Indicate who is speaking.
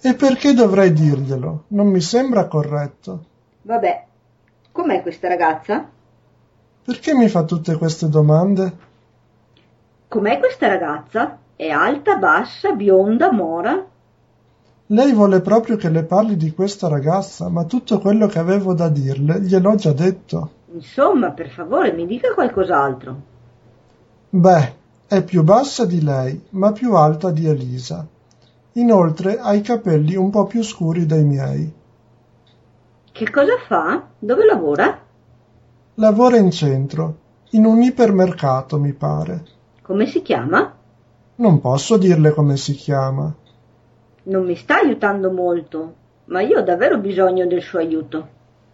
Speaker 1: E perché dovrei dirglielo? Non mi sembra corretto.
Speaker 2: Vabbè, com'è questa ragazza?
Speaker 1: Perché mi fa tutte queste domande?
Speaker 2: Com'è questa ragazza? È alta, bassa, bionda, mora?
Speaker 1: Lei vuole proprio che le parli di questa ragazza, ma tutto quello che avevo da dirle gliel'ho già detto.
Speaker 2: Insomma, per favore, mi dica qualcos'altro.
Speaker 1: Beh, è più bassa di lei, ma più alta di Elisa. Inoltre ha i capelli un po' più scuri dei miei.
Speaker 2: Che cosa fa? Dove lavora?
Speaker 1: Lavora in centro, in un ipermercato, mi pare.
Speaker 2: Come si chiama?
Speaker 1: Non posso dirle come si chiama.
Speaker 2: Non mi sta aiutando molto, ma io ho davvero bisogno del suo aiuto.